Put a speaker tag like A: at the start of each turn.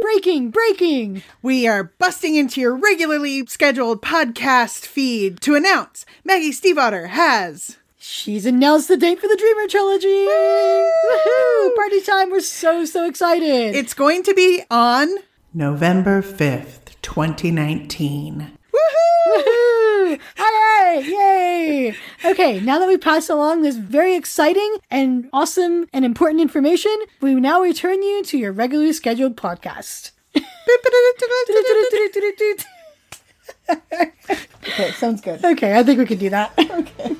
A: Breaking, breaking.
B: We are busting into your regularly scheduled podcast feed to announce Maggie Steve Otter has.
A: She's announced the date for the Dreamer trilogy. Woohoo! Party time. We're so, so excited.
B: It's going to be on.
C: November 5th, 2019.
A: Woohoo! All right, yay! Okay, now that we passed along this very exciting and awesome and important information, we now return you to your regularly scheduled podcast. okay, sounds good. Okay, I think we can do that. Okay.